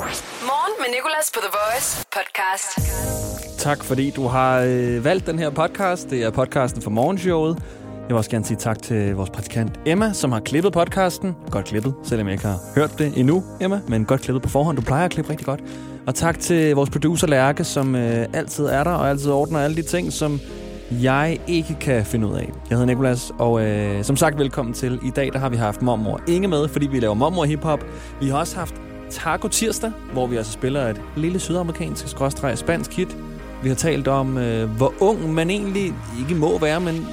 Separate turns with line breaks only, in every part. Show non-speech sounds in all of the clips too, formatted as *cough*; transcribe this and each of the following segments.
Morgen med Nicolas på The Voice podcast.
Tak fordi du har øh, valgt den her podcast. Det er podcasten for morgenshowet. Jeg vil også gerne sige tak til vores praktikant Emma, som har klippet podcasten. Godt klippet, selvom jeg ikke har hørt det endnu, Emma. Men godt klippet på forhånd. Du plejer at klippe rigtig godt. Og tak til vores producer Lærke, som øh, altid er der og altid ordner alle de ting, som jeg ikke kan finde ud af. Jeg hedder Nikolas, og øh, som sagt velkommen til. I dag der har vi haft mormor Inge med, fordi vi laver mormor hiphop. Vi har også haft Taco Tirsdag, hvor vi altså spiller et lille sydamerikansk skråstreg spansk hit. Vi har talt om, øh, hvor ung man egentlig ikke må være, men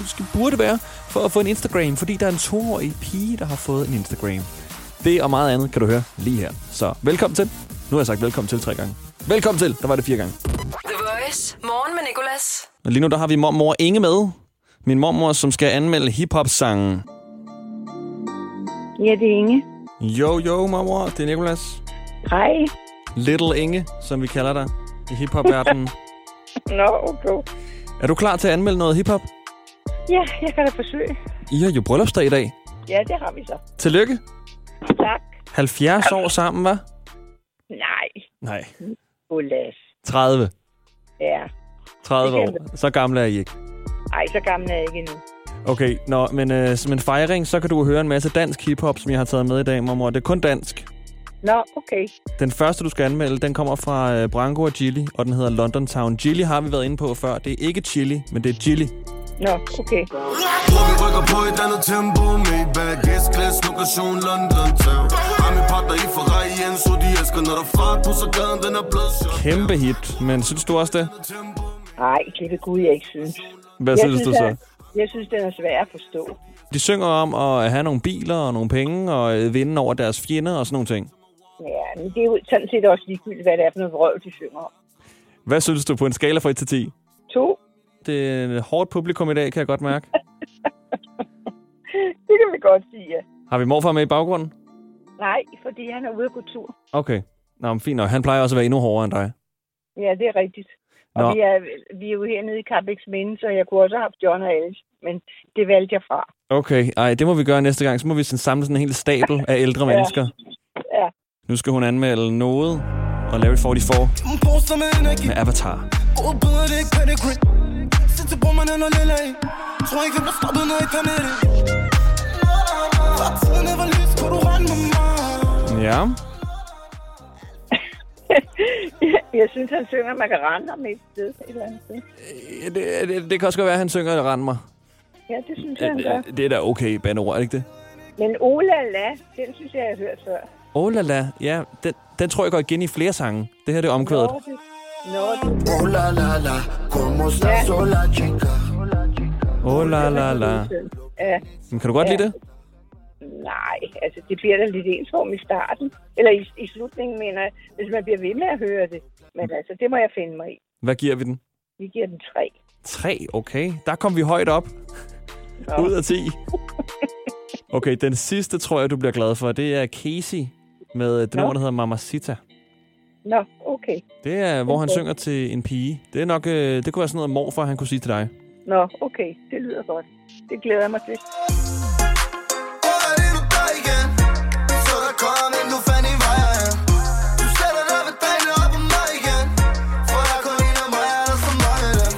måske burde være, for at få en Instagram, fordi der er en toårig pige, der har fået en Instagram. Det og meget andet kan du høre lige her. Så velkommen til. Nu har jeg sagt velkommen til tre gange. Velkommen til. Der var det fire gange.
The Voice. Morgen med Nicolas.
Og lige nu der har vi mormor Inge med. Min mormor, som skal anmelde hiphop-sangen.
Ja, det er Inge.
Jo, jo, mormor. Det er Nicolas.
Hej.
Little Inge, som vi kalder dig i hiphop-verdenen.
Nå, okay.
er du klar til at anmelde noget hiphop?
Ja, jeg kan da forsøge.
I har jo bryllupsdag i dag.
Ja, det har vi så.
Tillykke.
Tak.
70 år sammen, var?
Nej,
Nej.
Ulas.
30.
Ja.
30
Det
år. Så gammel er I ikke.
Ej, så gammel er jeg ikke endnu.
Okay, nå, men øh, som en fejring, så kan du høre en masse dansk hiphop, som jeg har taget med i dag, mormor. Det er kun dansk.
Nå, okay.
Den første, du skal anmelde, den kommer fra øh, Branko og Gilly, og den hedder London Town. Gilly har vi været inde på før. Det er ikke Chili, men det er Gilly.
Nå, okay.
Tror vi rykker på et andet tempo Maybach, S-klasse, lokation, London Town Har min partner i Ferrari, Jens, så de elsker Når der er fart på, så gaden den er blåsjok
Kæmpe hit, men synes du også det?
Nej, det ved Gud, jeg ikke synes.
Hvad
jeg
synes du så?
at- Jeg synes, den er svær at forstå.
De synger om at have nogle biler og nogle penge og øh, vinde over deres fjender og sådan nogle ting.
Ja, men det er jo sådan set også ligegyldigt, hvad det er for noget vrøvl, de synger om.
Hvad synes du på en skala fra 1 til 10?
To. *laughs*
Det er et hårdt publikum i dag, kan jeg godt mærke.
Det kan vi godt sige, ja.
*laughs* Har vi morfar med i baggrunden?
Nej, fordi han er ude at gå tur.
Okay. Nå, men fint nok. Han plejer også at være endnu hårdere end dig.
Ja, det er rigtigt. Og
Nå.
vi er, vi er jo hernede i Carbex Minde, så jeg kunne også have haft John og Alice, men det valgte jeg fra.
Okay, ej, det må vi gøre næste gang. Så må vi sådan samle sådan en hel stabel af ældre ja. mennesker.
Ja.
Nu skal hun anmelde noget og Larry 44
Hun poster med energi
med Avatar.
Og bedre det ikke, hvad det grip Sæt til brummerne, når lille af Tror ikke, jeg bliver stoppet, når jeg kommer det Fra tiden var lys, kunne du rende med mig
Ja.
Jeg synes, han synger, at man kan rende ham et sted. Et eller andet sted.
Øh, Det, det, det kan også godt være, at han synger og render mig.
Ja, det synes jeg, han gør.
Det, det er da okay, bandeord, er det ikke det?
Men Ola La, den synes jeg, jeg har hørt før.
Oh la la, ja, den, den tror jeg går igen i flere sange. Det her det er omkvædet.
Nå, det- Nå, det-
Oh la la la, como estás sola chica
Oh la la la.
Ja,
Men kan du godt lide det?
nej, altså det bliver da lidt ensform i starten. Eller i, i slutningen, mener jeg, hvis man bliver ved med at høre det. Men altså, det må jeg finde mig i.
Hvad giver vi den?
Vi giver den tre.
3, okay. Der kom vi højt op.
Nå.
Ud af 10. Okay, den sidste tror jeg, du bliver glad for. Det er Casey med den
Nå.
nummer, der hedder Mamacita.
Nå, okay.
Det er, hvor han synger til en pige. Det er nok, øh, det kunne være sådan noget morfar, han kunne sige til dig.
Nå, okay. Det lyder godt. Det glæder jeg mig til.
Og er det du gør igen? Så der kom en, du fandt i vej herhen. Du sætter dig ved dagene op om mig igen. For der er kun en af mig, er der så mange af dem.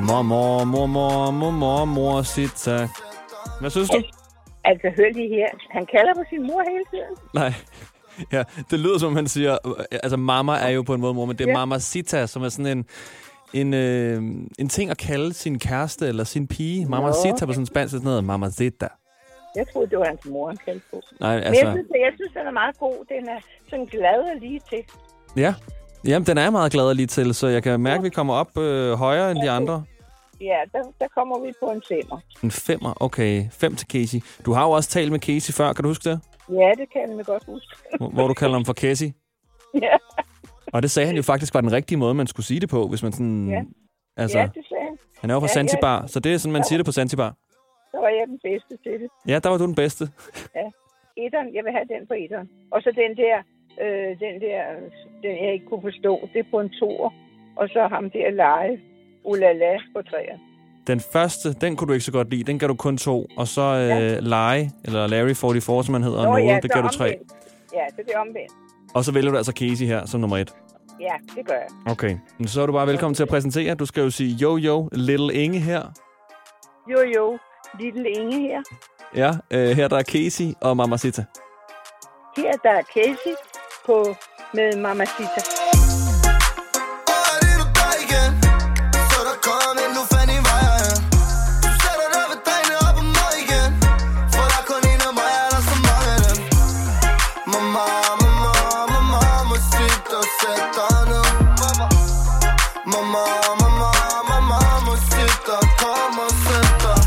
Mormor, mormor, mormor, mor, sita. Hvad synes du?
Altså, hør lige her. Han kalder på sin mor hele tiden.
Nej. Ja, det lyder som, han siger... Altså, mamma er jo på en måde mor, men det er ja. mamacita, som er sådan en... En, øh, en ting at kalde sin kæreste eller sin pige. Mamacita på sådan spansk er sådan noget. Mamacita.
Jeg troede, det var hans mor, han kaldte på.
Nej,
Men jeg
altså...
synes, jeg synes, den er meget god. Den er sådan glad og lige til.
Ja. Jamen, den er jeg meget glad lige til, så jeg kan mærke, at vi kommer op øh, højere end de andre.
Ja, der, der kommer vi på en femmer.
En femmer. Okay, fem til Casey. Du har jo også talt med Casey før, kan du huske det?
Ja, det kan man godt huske.
Hvor, hvor du kalder ham for Casey.
*laughs* ja,
Og det sagde han jo faktisk var den rigtige måde, man skulle sige det på, hvis man sådan...
Ja.
Altså,
ja, det sagde han.
han er jo fra
ja, ja.
Zanzibar, så det er sådan, man siger det på Zanzibar.
Så var jeg den bedste til det.
Ja, der var du den bedste.
Etteren, jeg vil have den på etteren. Og så den der, øh, den der, øh, den jeg ikke kunne forstå, det er på en toer. Og så ham der lege, ulala på træer.
Den første, den kunne du ikke så godt lide. Den gav du kun to. Og så øh, Larry, eller Larry 44, som han hedder, og Noel, det gav du tre.
omvendt. Ja, så det er omvendt.
Og så vælger du altså Casey her som nummer et.
Ja, det gør jeg.
Okay. Men Så er du bare velkommen til at præsentere. Du skal jo sige jo jo, Little Inge her.
Jo, jo. Lille Inge her.
Ja, øh, her der er Casey og Mamacita.
Her der er Casey på, med Mamacita.
Og er det nu dig igen? Så der kom en, du fandt i vej herhen. Du sætter dig ved drengene op om mig igen. For der er kun en af mig, og der er så mange af dem. Mamma, mamma, mamma, må sitte og sætte dig ned. Mamma, mamma, mamma, må sitte og kom og sætte dig.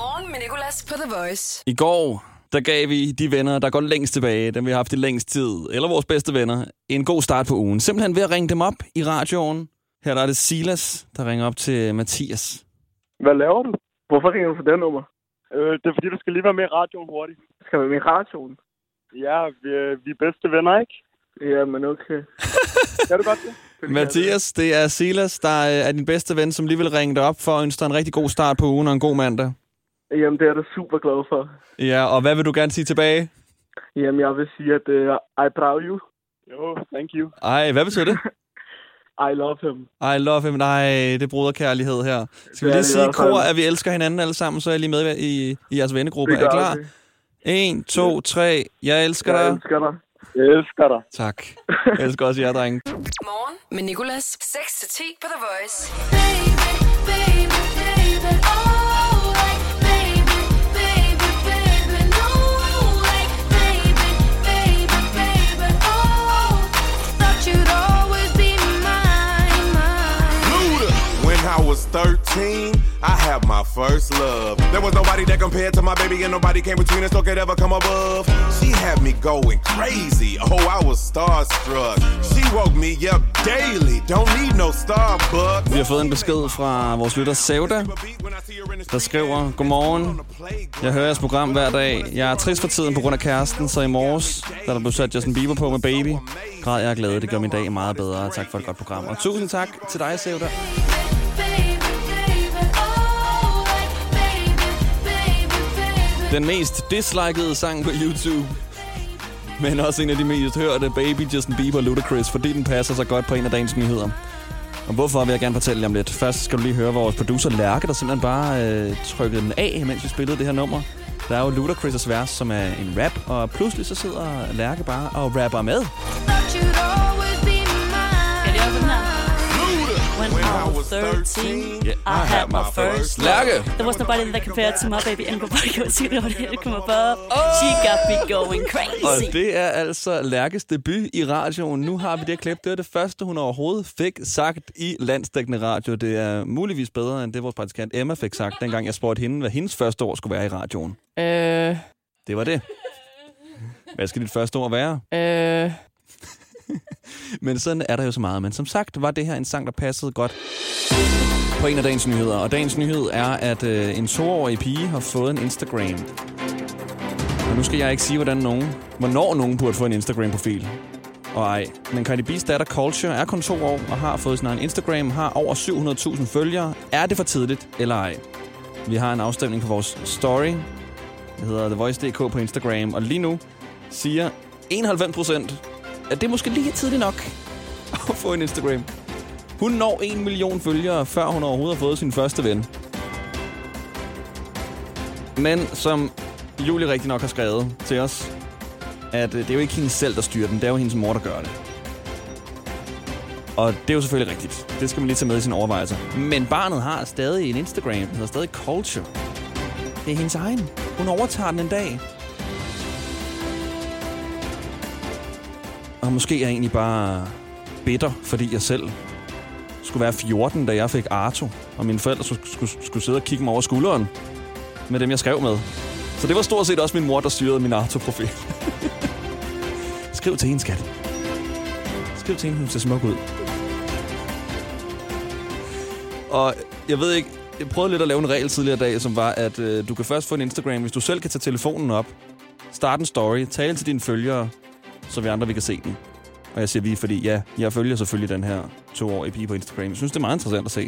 Morgen med Nicolas på The Voice.
I går, der gav vi de venner, der går længst tilbage, dem vi har haft i længst tid, eller vores bedste venner, en god start på ugen. Simpelthen ved at ringe dem op i radioen. Her der er det Silas, der ringer op til Mathias.
Hvad laver du? Hvorfor ringer du for den nummer? Øh, det er fordi, du skal lige være med i radioen hurtigt. Skal være med i radioen? Ja, vi, øh, vi er bedste venner, ikke? Jamen, okay. er du godt det?
Mathias, det er Silas, der øh, er din bedste ven, som lige vil ringe dig op for at ønske dig en rigtig god start på ugen og en god mandag.
Jamen, det er du super glad for.
Ja, og hvad vil du gerne sige tilbage?
Jamen, jeg vil sige, at uh, I proud you. Jo, thank you.
Ej, hvad *laughs* betyder det?
I love him.
I love him. Nej, det er broderkærlighed her. Skal vi
Det er
lige
det i
sige i
hvert fald.
kor, at vi elsker hinanden alle sammen, så er jeg lige med i, i jeres vennegruppe. Er I klar?
det.
1, 2, 3. Jeg elsker dig.
elsker dig. Jeg elsker dig.
Tak. Jeg elsker også jer, drenge.
Morgen med Nicolas. 6 til 10 på The Voice.
When I was 13, I had my first love. There was nobody that compared to my baby, and nobody came between us or could ever come above. She had me going crazy. Oh, I was starstruck. She woke me up daily. Don't need no Starbucks.
Vi har fået en besked fra vores lytter Savda, der skriver, Godmorgen, jeg hører jeres program hver dag. Jeg er trist for tiden på grund af kæresten, så i morges, da der blev sat Justin Bieber på med Baby, græd jeg af glæde. Det gør min dag meget bedre. Tak for et godt program. Og tusind tak til dig, Savda. Den mest dislikede sang på YouTube. Men også en af de mest hørte, Baby Justin Bieber Ludacris, fordi den passer så godt på en af dagens nyheder. Og hvorfor vil jeg gerne fortælle jer om lidt. Først skal du lige høre vores producer Lærke, der simpelthen bare øh, trykkede den af, mens vi spillede det her nummer. Der er jo Ludacris' vers, som er en rap, og pludselig så sidder Lærke bare og rapper med.
When I was
13,
13, I had my first
Lærke!
There was nobody that compared to my baby and nobody could see what it come above. She got me going crazy.
Og det er altså Lærkes debut i radioen. Nu har vi det klip. Det var det første, hun overhovedet fik sagt i landsdækkende radio. Det er muligvis bedre, end det vores praktikant Emma fik sagt, dengang jeg spurgte hende, hvad hendes første år skulle være i radioen.
Øh,
Det var det. Hvad skal dit første år være?
øh,
*laughs* Men sådan er der jo så meget. Men som sagt var det her en sang, der passede godt på en af dagens nyheder. Og dagens nyhed er, at øh, en toårig pige har fået en Instagram. Og nu skal jeg ikke sige, hvordan nogen, hvornår nogen burde få en Instagram-profil. Og ej, men Cardi B's datter Culture er kun to år og har fået sin egen Instagram, har over 700.000 følgere. Er det for tidligt eller ej? Vi har en afstemning på vores story. Det hedder The Voice.dk på Instagram. Og lige nu siger 91 procent, at det måske lige er tidligt nok *laughs* at få en Instagram. Hun når en million følgere, før hun overhovedet har fået sin første ven. Men som Julie rigtig nok har skrevet til os, at øh, det er jo ikke hende selv, der styrer den. Det er jo hendes mor, der gør det. Og det er jo selvfølgelig rigtigt. Det skal man lige tage med i sine overvejelser. Men barnet har stadig en Instagram. Den hedder stadig Culture. Det er hendes egen. Hun overtager den en dag. Og måske er jeg egentlig bare bitter, fordi jeg selv skulle være 14, da jeg fik Arto. Og mine forældre skulle, skulle, skulle sidde og kigge mig over skulderen med dem, jeg skrev med. Så det var stort set også min mor, der styrede min Arto-profil. *laughs* Skriv til hende, skat. Skriv til hende, hun ser smuk ud. Og jeg ved ikke, jeg prøvede lidt at lave en regel tidligere i dag, som var, at øh, du kan først få en Instagram, hvis du selv kan tage telefonen op, starte en story, tale til dine følgere, så vi andre vi kan se den. Og jeg siger vi, fordi ja, jeg følger selvfølgelig den her toårige pige på Instagram. Jeg synes, det er meget interessant at se.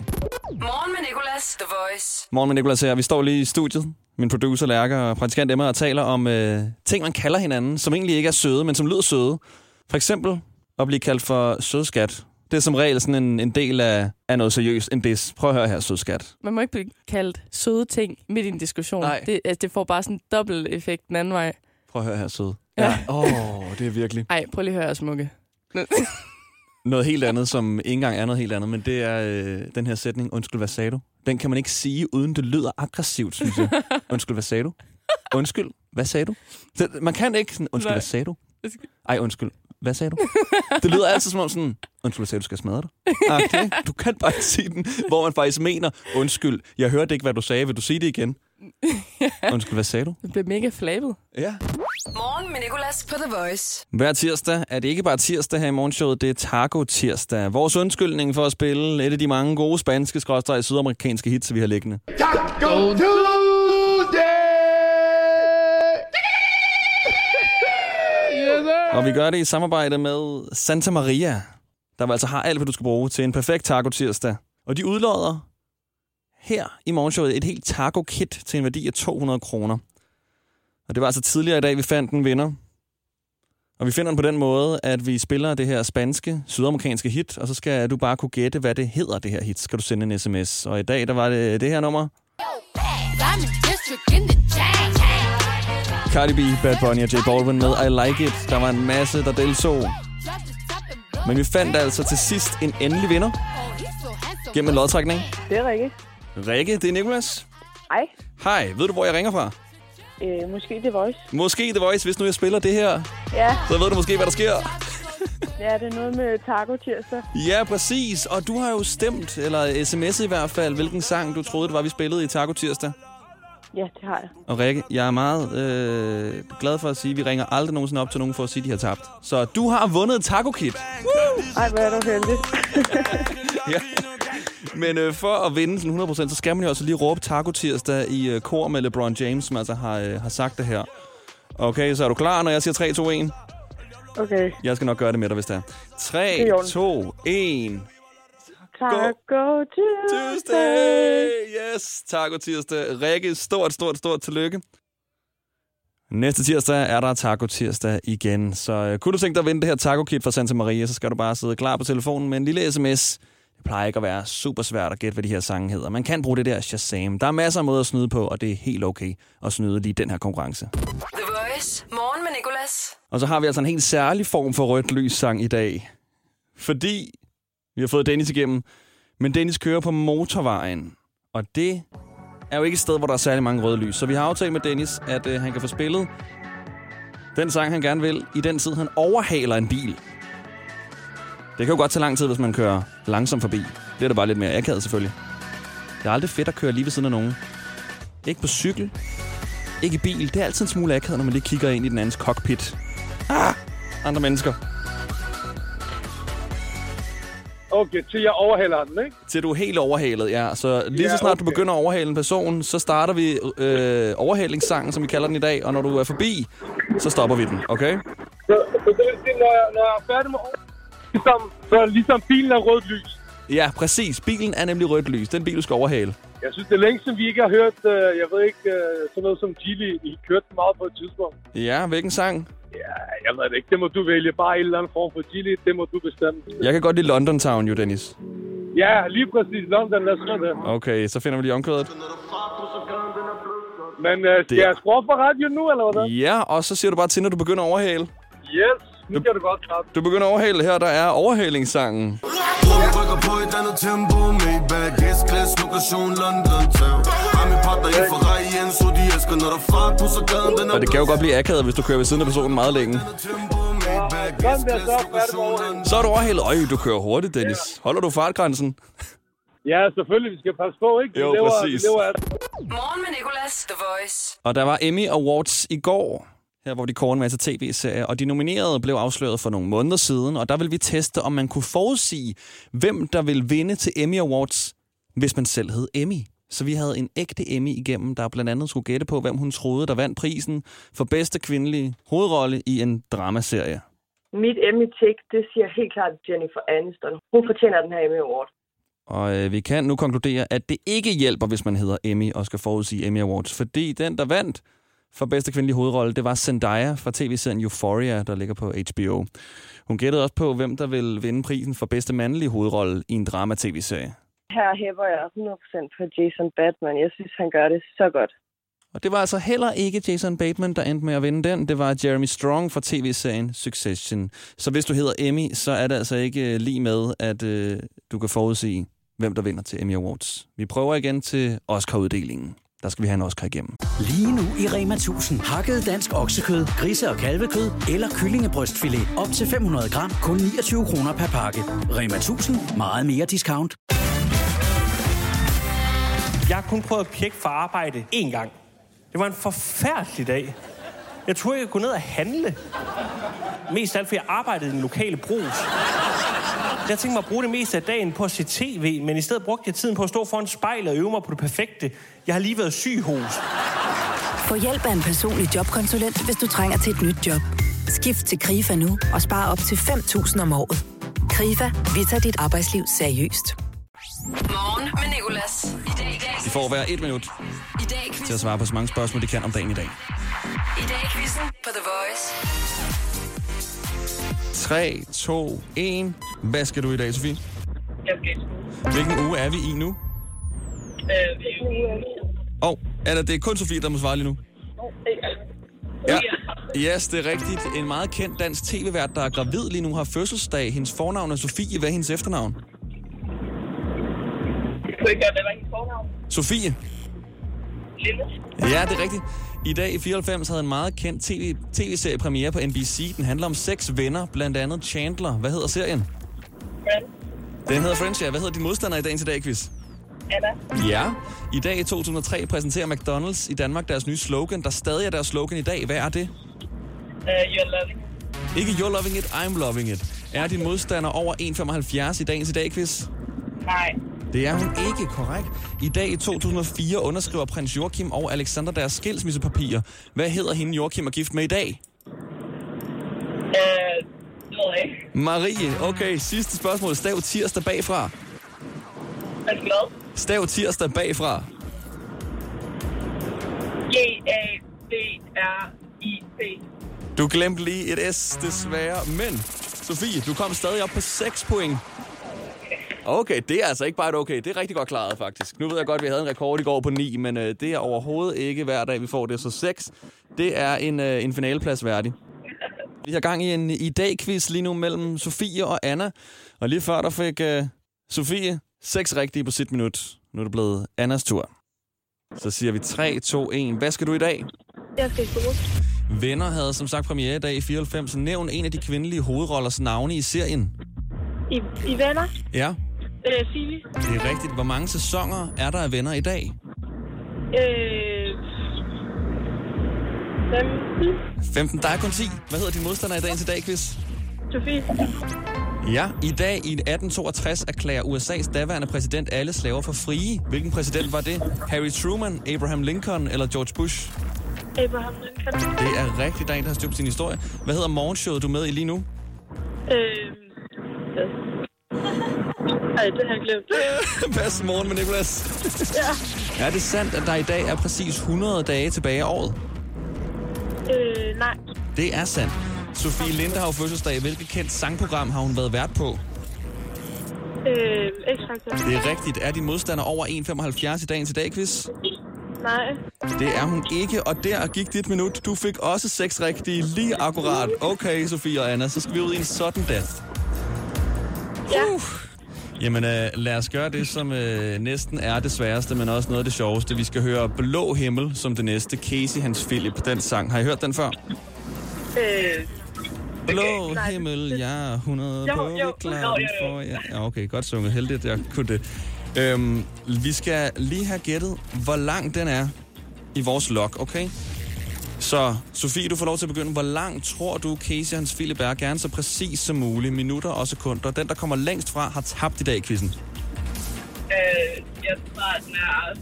Morgen med Nicolas. The Voice.
Morgen med Nicolas her. Vi står lige i studiet. Min producer Lærke og praktikant Emma og taler om øh, ting, man kalder hinanden, som egentlig ikke er søde, men som lyder søde. For eksempel at blive kaldt for sødskat. Det er som regel sådan en, en del af, af noget seriøst, en des. Prøv at høre her, sødskat.
Man må ikke blive kaldt søde ting midt i en diskussion.
Nej.
Det, altså, det får bare sådan en dobbelt effekt den anden vej.
Prøv at høre her, sød.
Ja.
Åh, oh, det er virkelig.
Ej, prøv lige at høre, smukke.
Noget helt andet, som ikke engang er noget helt andet, men det er øh, den her sætning, undskyld, hvad sagde du? Den kan man ikke sige, uden det lyder aggressivt, synes *laughs* jeg. Undskyld, hvad sagde du? Undskyld, hvad sagde du? Så man kan ikke sådan, undskyld,
Nej.
hvad sagde du? Ej, undskyld, hvad sagde du? Det lyder altid som om sådan, undskyld, hvad sagde du, skal jeg smadre dig? Ah, okay. Du kan bare ikke sige den, hvor man faktisk mener, undskyld, jeg hørte ikke, hvad du sagde, vil du sige det *laughs* igen? Undskyld, hvad sagde du?
Det bliver mega flabet.
Ja.
Morgen med Nicolas på The Voice.
Hver tirsdag er det ikke bare tirsdag her i morgenshowet, det er Taco Tirsdag. Vores undskyldning for at spille et af de mange gode spanske skråstrej sydamerikanske hits, vi har liggende. Og vi gør det i samarbejde med Santa Maria, der altså har alt, hvad du skal bruge til en perfekt taco tirsdag. Og de udlodder her i morgenshowet et helt taco-kit til en værdi af 200 kroner. Og det var altså tidligere i dag, vi fandt en vinder. Og vi finder den på den måde, at vi spiller det her spanske, sydamerikanske hit, og så skal du bare kunne gætte, hvad det hedder, det her hit. Så Skal du sende en sms. Og i dag, der var det det her nummer. Cardi B, Bad Bunny og J Baldwin med I Like It. Der var en masse, der deltog. Men vi fandt altså til sidst en endelig vinder gennem en lodtrækning.
Det er rigtigt.
Rikke, det er Nikolas.
Hej.
Hej, ved du, hvor jeg ringer fra?
Øh, måske The Voice.
Måske The Voice, hvis nu jeg spiller det her,
Ja,
så ved du måske, hvad der sker.
ja det er noget med taco tirsdag.
Ja, præcis. Og du har jo stemt, eller sms'et i hvert fald, hvilken sang du troede, det var, vi spillede i Taco Tirsdag.
Ja, det har jeg.
Og Rikke, jeg er meget øh, glad for at sige, at vi ringer aldrig nogensinde op til nogen for at sige, at de har tabt. Så du har vundet Taco Kit.
Ej, hvor er du heldig.
Ja. Men øh, for at vinde sådan 100%, så skal man jo også lige råbe Taco Tirsdag i øh, kor med LeBron James, som altså har, øh, har sagt det her. Okay, så er du klar, når jeg siger 3, 2, 1?
Okay.
Jeg skal nok gøre det med dig, hvis det er. 3,
i orden.
2, 1...
Taco
Tuesday!
tirsdag.
Yes, Taco Tirsdag. Rikke, stort, stort, stort tillykke. Næste tirsdag er der Taco Tirsdag igen. Så øh, kunne du tænke dig at vinde det her taco-kit fra Santa Maria, så skal du bare sidde klar på telefonen med en lille sms. Det plejer ikke at være super svært at gætte, hvad de her sange hedder. Man kan bruge det der Shazam. Der er masser af måder at snyde på, og det er helt okay at snyde lige den her konkurrence.
The Voice. Morgen med Nicolas.
Og så har vi altså en helt særlig form for rødt lys sang i dag. Fordi vi har fået Dennis igennem, men Dennis kører på motorvejen. Og det er jo ikke et sted, hvor der er særlig mange røde lys. Så vi har aftalt med Dennis, at øh, han kan få spillet den sang, han gerne vil, i den tid, han overhaler en bil. Det kan jo godt tage lang tid, hvis man kører langsomt forbi. Det er da bare lidt mere akavet, selvfølgelig. Det er aldrig fedt at køre lige ved siden af nogen. Ikke på cykel, ikke i bil. Det er altid en smule akavet, når man lige kigger ind i den andens cockpit andre mennesker,
Okay, til jeg overhælder den, ikke?
til du er helt overhalet, ja. Så lige så
Ja,
snart du
okay.
begynder at overhale en person, så starter vi øh, overhalingssangen, som vi kalder den i dag, og når du er forbi, så stopper vi den, okay?
Så, så det vil sige, når jeg, når jeg er færdig med over... Ligesom, så er det ligesom bilen er rødt lys.
Ja, præcis. Bilen er nemlig rødt lys. Den bil, du skal overhale.
Jeg synes, det er længe, som vi ikke har hørt, øh, jeg ved ikke, øh, sådan noget som Gilly. I kørte den meget på et tidspunkt.
Ja, hvilken sang?
Ja, jeg ved det ikke. Det må du vælge. Bare en eller anden form for Gilly, det må du bestemme.
Jeg kan godt lide London Town, jo, Dennis.
Ja, lige præcis. London, lad os høre det.
Okay, så finder vi lige omkvædet.
Men øh, skal
Det-
jeg skrue op for radioen nu, eller hvordan?
Ja, og så siger du bare til, når du begynder at overhale.
Yes, nu kan du godt klappe.
Du begynder at overhale her, der er overhalingssangen.
Drogen rykker på et andet tempo Maybach, S-klasse, lokation, London Town Har min partner i Ferrari, en så de elsker Når der er fart på, så gaden den er
Og det kan jo godt blive akavet, hvis du kører ved siden af personen meget længe.
Tempo, Maybach,
Sådan der,
S-klasse,
så er det
lokation,
over.
London
Så er du overhalet. Øj, du kører hurtigt, Dennis. Holder du fartgrænsen?
Ja, selvfølgelig. Vi skal passe på, ikke? Vi
Jo,
lever,
præcis.
Vi lever af
Morgen med Nicolas. The Voice.
Og der var Emmy Awards i går, her hvor de kårer en masse tv-serier, og de nominerede blev afsløret for nogle måneder siden, og der ville vi teste, om man kunne forudsige, hvem der ville vinde til Emmy Awards, hvis man selv hed Emmy. Så vi havde en ægte Emmy igennem, der blandt andet skulle gætte på, hvem hun troede, der vandt prisen for bedste kvindelige hovedrolle i en dramaserie.
Mit emne tik, det siger helt klart Jennifer Aniston. Hun fortjener den her Emmy Award.
Og øh, vi kan nu konkludere, at det ikke hjælper, hvis man hedder Emmy og skal forudsige Emmy Awards, fordi den, der vandt for bedste kvindelige hovedrolle, det var Zendaya fra tv-serien Euphoria, der ligger på HBO. Hun gættede også på, hvem der ville vinde prisen for bedste mandlige hovedrolle i en drama-tv-serie.
Her hæver jeg 100% på Jason Batman. Jeg synes, han gør det så godt.
Og det var altså heller ikke Jason Bateman, der endte med at vinde den. Det var Jeremy Strong fra tv-serien Succession. Så hvis du hedder Emmy, så er det altså ikke øh, lige med, at øh, du kan forudsige, hvem der vinder til Emmy Awards. Vi prøver igen til Oscar-uddelingen. Der skal vi have en Oscar igennem.
Lige nu i Rema 1000. Hakket dansk oksekød, grise- og kalvekød eller kyllingebrystfilet op til 500 gram kun 29 kroner per pakke. Rema 1000. Meget mere discount.
Jeg har kun prøvet at pjekke for arbejde én gang. Det var en forfærdelig dag. Jeg troede, jeg kunne gå ned og handle. Mest af alt, fordi jeg arbejdede i den lokale brus. Jeg tænkte mig at bruge det meste af dagen på at se tv, men i stedet brugte jeg tiden på at stå foran spejlet og øve mig på det perfekte. Jeg har lige været syg hos.
Få hjælp af en personlig jobkonsulent, hvis du trænger til et nyt job. Skift til KRIFA nu og spar op til 5.000 om året. KRIFA, vi tager dit arbejdsliv seriøst.
Morgen med Nicolas. I dag i dag.
De får hver et minut
I dag
til
quizzen.
at svare på så mange spørgsmål, de kan om dagen i dag.
I dag quizzen på The Voice.
3, 2, 1. Hvad skal du i dag, Sofie?
Jeg skal
Hvilken uge er vi i nu? Og oh, eller det er kun Sofie, der må svare lige nu. Ja. Yes, det er rigtigt. En meget kendt dansk tv-vært, der er gravid lige nu, har fødselsdag. Hendes fornavn er Sofie. Hvad er hendes efternavn? Sofie. Ja, det er rigtigt. I dag i 94 havde en meget kendt TV, tv-serie premiere på NBC. Den handler om seks venner, blandt andet Chandler. Hvad hedder serien? Den hedder Friends, ja. Hvad hedder din modstander i dagens i dag, quiz? Ja. I dag i 2003 præsenterer McDonald's i Danmark deres nye slogan, der stadig er deres slogan i dag. Hvad er det? Ikke you're loving Uh, it, I'm loving it. Er din modstander over 1,75 i dagens i dag, quiz? Det er hun ikke, korrekt. I dag i 2004 underskriver prins Joachim og Alexander deres skilsmissepapirer. Hvad hedder hende Joachim er gift med i dag? Marie, okay, sidste spørgsmål. Stav tirsdag bagfra. Stav tirsdag bagfra. Du glemte lige et S, desværre. Men, Sofie, du kom stadig op på 6 point. Okay, det er altså ikke bare et okay. Det er rigtig godt klaret, faktisk. Nu ved jeg godt, at vi havde en rekord i går på 9, men øh, det er overhovedet ikke hver dag, vi får det. Så 6, det er en, øh, en finaleplads værdig. Vi har gang i en i dag-quiz lige nu mellem Sofie og Anna. Og lige før der fik øh, Sofie 6 rigtige på sit minut. Nu er det blevet Annas tur. Så siger vi 3, 2, 1. Hvad skal du i dag?
Jeg skal i skole.
Venner havde som sagt premiere i dag i 94. Nævn en af de kvindelige hovedrollers navne i serien.
I, i venner.
Ja,
Øh, Fili.
det er rigtigt. Hvor mange sæsoner er der af venner i dag?
Øh, Hvem?
15. Der er kun 10. Hvad hedder din modstander i dagens i dag, quiz?
Sofie.
Ja. I dag i 1862 erklærer USA's daværende præsident alle slaver for frie. Hvilken præsident var det? Harry Truman, Abraham Lincoln eller George Bush?
Abraham Lincoln.
Det er rigtigt, der er en, der har styr på sin historie. Hvad hedder morgenshowet, du er med i lige nu?
Øh, hvad? Ej, det har jeg glemt.
*laughs* Pas morgen med Nicolas. ja. Er det sandt, at der i dag er præcis 100 dage tilbage af året?
Øh, nej.
Det er sandt. Sofie Linde har jo fødselsdag. Hvilket kendt sangprogram har hun været vært på?
Øh, X-Factor.
Det er rigtigt. Er de modstander over 1,75 i dagens i dag, quiz?
Nej.
Det er hun ikke, og der gik dit minut. Du fik også seks rigtige lige akkurat. Okay, Sofie og Anna, så skal vi ud i en sudden death.
Ja.
Uh. Jamen, øh, lad os gøre det, som øh, næsten er det sværeste, men også noget af det sjoveste. Vi skal høre Blå Himmel som det næste. Casey Hans Philip, den sang. Har I hørt den før?
Øh,
Blå
Nej,
okay.
det-
himmel, jeg er 100
Jo,
på
jo,
jo,
jo,
klar,
jo,
jo,
jo.
for ja. ja, okay, godt sunget. Heldigt, jeg kunne det. Øhm, vi skal lige have gættet, hvor lang den er i vores log, okay? Så, Sofie, du får lov til at begynde. Hvor lang tror du, Casey og Hans Philip er? Gerne så præcis som muligt, minutter og sekunder. Den, der kommer længst fra, har tabt i dag, quizzen.
Øh, jeg tror, den er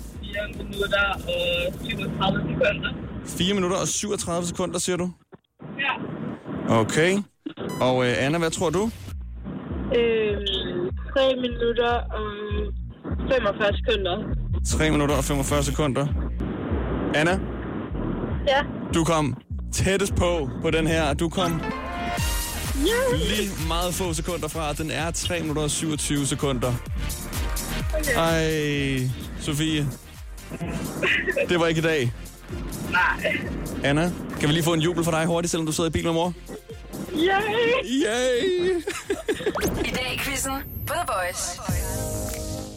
4 minutter og 37 sekunder.
4 minutter og 37 sekunder, siger du?
Ja.
Okay. Og øh, Anna, hvad tror du?
øh, 3 minutter og 45 sekunder.
3 minutter og 45 sekunder. Anna?
Ja.
Du kom tættest på på den her. Du kom lige meget få sekunder fra. Den er 3 minutter og 27 sekunder. Ej, Sofie. Det var ikke i dag.
Nej.
Anna, kan vi lige få en jubel for dig hurtigt, selvom du sidder i bil med mor?
Yay!
Yay!
I dag i quizzen på The Voice.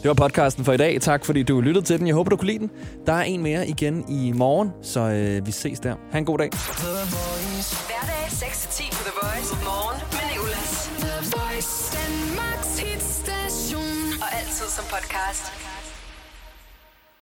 Det var podcasten for i dag. Tak fordi du lyttede til den. Jeg håber, du kunne lide den. Der er en mere igen i morgen, så øh, vi ses der. Ha' en god dag.
Hverdag 6-10 på The Voice. Morgen med Nicolas. The Voice. Danmarks hitstation. Og altid som podcast.